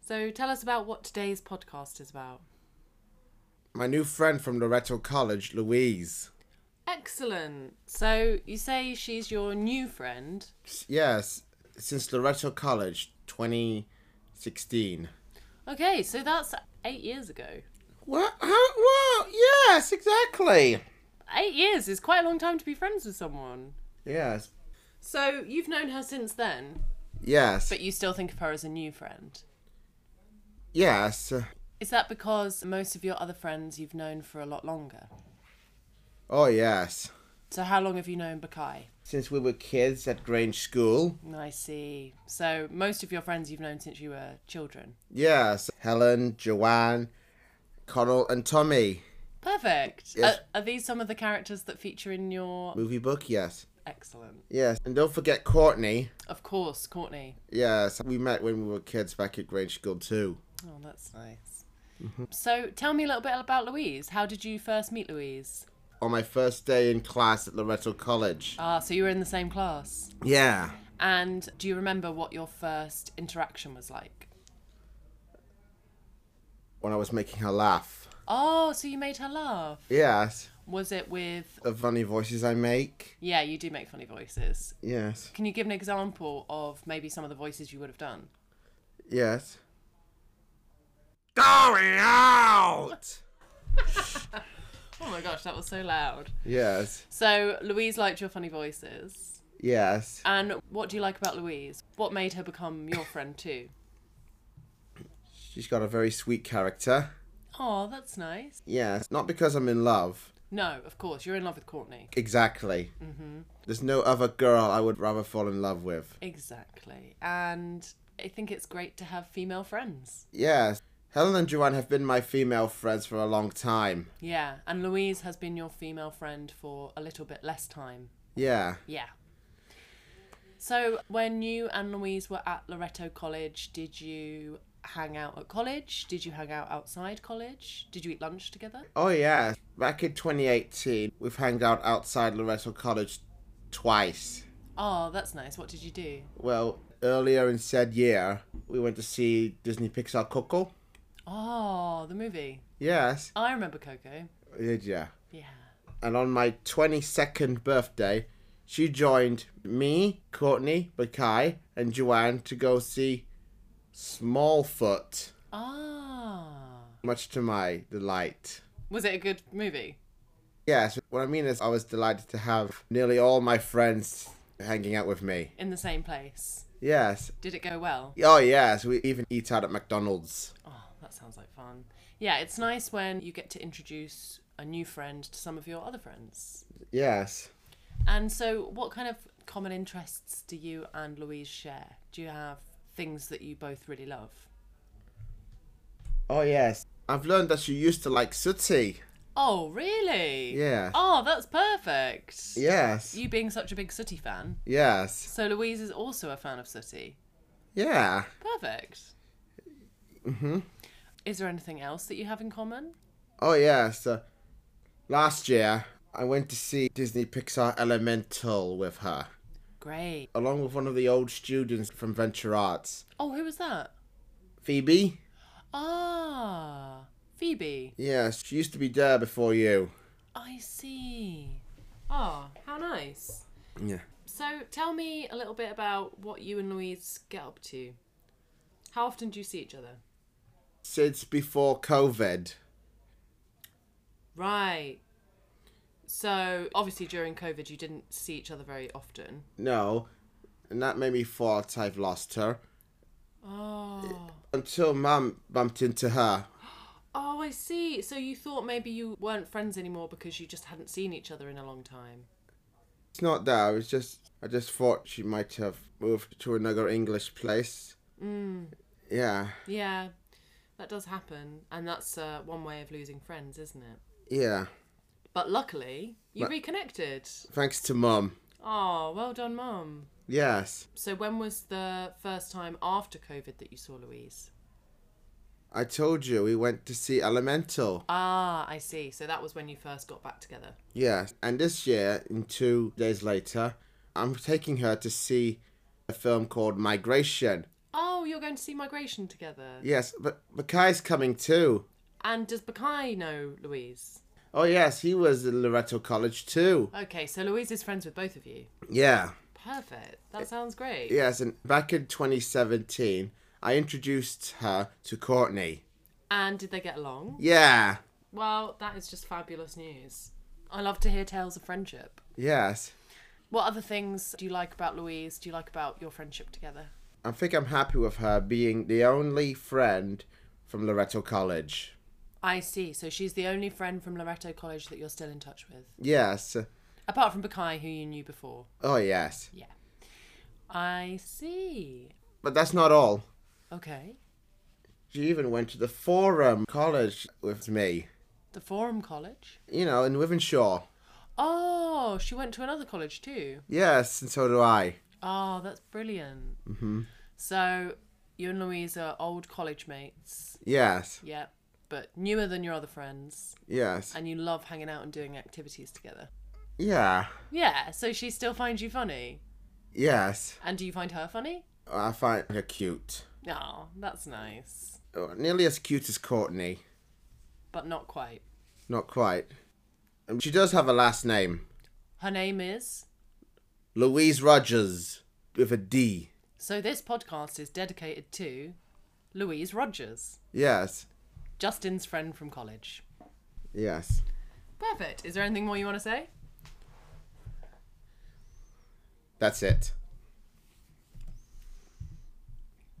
So tell us about what today's podcast is about. My new friend from Loretto College, Louise. Excellent. So you say she's your new friend. Yes, since Loretto College 2016. Okay, so that's eight years ago. What? How? What? Yes, exactly. Eight years is quite a long time to be friends with someone. Yes. So you've known her since then, Yes. but you still think of her as a new friend. Yes. Is that because most of your other friends you've known for a lot longer? Oh, yes. So how long have you known Bakai? Since we were kids at Grange School. I see. So most of your friends you've known since you were children. Yes. Helen, Joanne, Connell, and Tommy. Perfect. Yes. Are, are these some of the characters that feature in your Movie book, yes. excellent? Yes. And don't forget Courtney. Of course, Courtney. Yes, we met when we were kids back at Grange School too. Oh, that's nice. So tell me a little bit about Louise. How did you first meet Louise? On my first day in class at Loretto College. Ah, so you were in the same class. Yeah. And do you remember what your first interaction was like? When I was making her laugh. Oh, so you made her laugh. Yes. Was it with. The funny voices I make. Yeah, you do make funny voices. Yes. Can you give an example of maybe some of the voices you would have done? Yes. Going out! Oh my gosh, that was so loud. yes. So Louise liked your funny voices. Yes. And what do you like about Louise? What made her become your friend too? She's got a very sweet character. Oh, that's nice. Yes. Not because I'm in love. No, of course, you're in love with Courtney. Exactly. Mm-hmm. There's no other girl I would rather fall in love with. Exactly. And I think it's great to have female friends. Yes. Helen and Joanne have been my female friends for a long time. Yeah, and Louise has been your female friend for a little bit less time. Yeah. Yeah. So, when you and Louise were at Loretto College, did you hang out at college? Did you hang out outside college? Did you eat lunch together? Oh yeah. Back in 2018, we've hanged out outside Loretto College twice. Oh, that's nice. What did you do? Well, earlier in said year, we went to see Disney Pixar Coco. Oh, the movie. Yes. I remember Coco. Did ya? Yeah. And on my 22nd birthday, she joined me, Courtney, Bakai, and Joanne to go see Smallfoot. Ah. Much to my delight. Was it a good movie? Yes, what I mean is I was delighted to have nearly all my friends hanging out with me. In the same place. Yes. Did it go well? Oh yes, we even eat out at McDonald's. Oh, that sounds like fun. Yeah, it's nice when you get to introduce a new friend to some of your other friends. Yes. And so, what kind of common interests do you and Louise share? Do you have things that you both really love? Oh yes. I've learned that you used to like Sooty. Oh, really? Yeah. Oh, that's perfect. Yes. You being such a big Sooty fan. Yes. So, Louise is also a fan of Sooty. Yeah. Perfect. Mm-hmm. Is there anything else that you have in common? Oh yes. Uh, last year I went to see Disney Pixar Elemental with her, Great. along with one of the old students from Venture Arts, Oh, who was that? Phoebe. Ah, Phoebe. Yes, she used to be there before you. I see. Ah, how nice. Yeah. So tell me a little bit about what you and Louise get up to. How often do you see each other? Since before COVID. Right. So obviously during COVID you didn't see each other very often. No, and that made me thought I've lost her. Oh. until Mum bumped into her. Oh, I see. So you thought maybe you weren't friends anymore because you just hadn't seen each other in a long time. It's not that. I was just I just thought she might have moved to another English place. Mm. Yeah, Yeah. That does happen, and that's uh, one way of losing friends, isn't it? yeah. But luckily, you But- reconnected. Thanks to Mum. Oh, well done, Mum. Yes, So, when was the first time after COVID that you saw Louise? I told you we went to see Elemental. Ah, I see. So, that was when you first got back together. Yes, and this year, in two days later, I'm taking her to see a film called Migration. Oh, you're going to see migration together. Yes, but Bakai's coming too. And does Bakai know Louise? Oh, yes, he was at Loretto College too. Okay, so Louise is friends with both of you. Yeah. Perfect. That sounds great. Yes, and back in 2017, I introduced her to Courtney. And did they get along? Yeah. Well, that is just fabulous news. I love to hear tales of friendship. Yes. What other things do you like about Louise? Do you like about your friendship together? I think I'm happy with her being the only friend from Loretto College. I see. So she's the only friend from Loretto College that you're still in touch with. Yes. Apart from Bakai, who you knew before. Oh, yes. Yeah. I see. But that's not all. Okay. She even went to the Forum College with me, The Forum College. you know, in Wivenshaw. Oh, she went to another college too. Yes, and so do I. Oh, that's brilliant. Mm-hmm. So you and Louise are old college mates. Yes, Yeah. But newer than your other friends. yes. And you love hanging out and doing activities together. Yeah, Yeah. So she still finds you funny. yes. And do you find her funny? I find her cute. Oh, that's nice. Oh, Nearly as cute as Courtney. But not quite. Not quite. Um, She does have a last name Her name is. Louise Rogers, with a D. So this podcast is dedicated to Louise Rogers, Yes, Justin's friend from college. yes. Perfect. Is there anything more you want to say? That's it.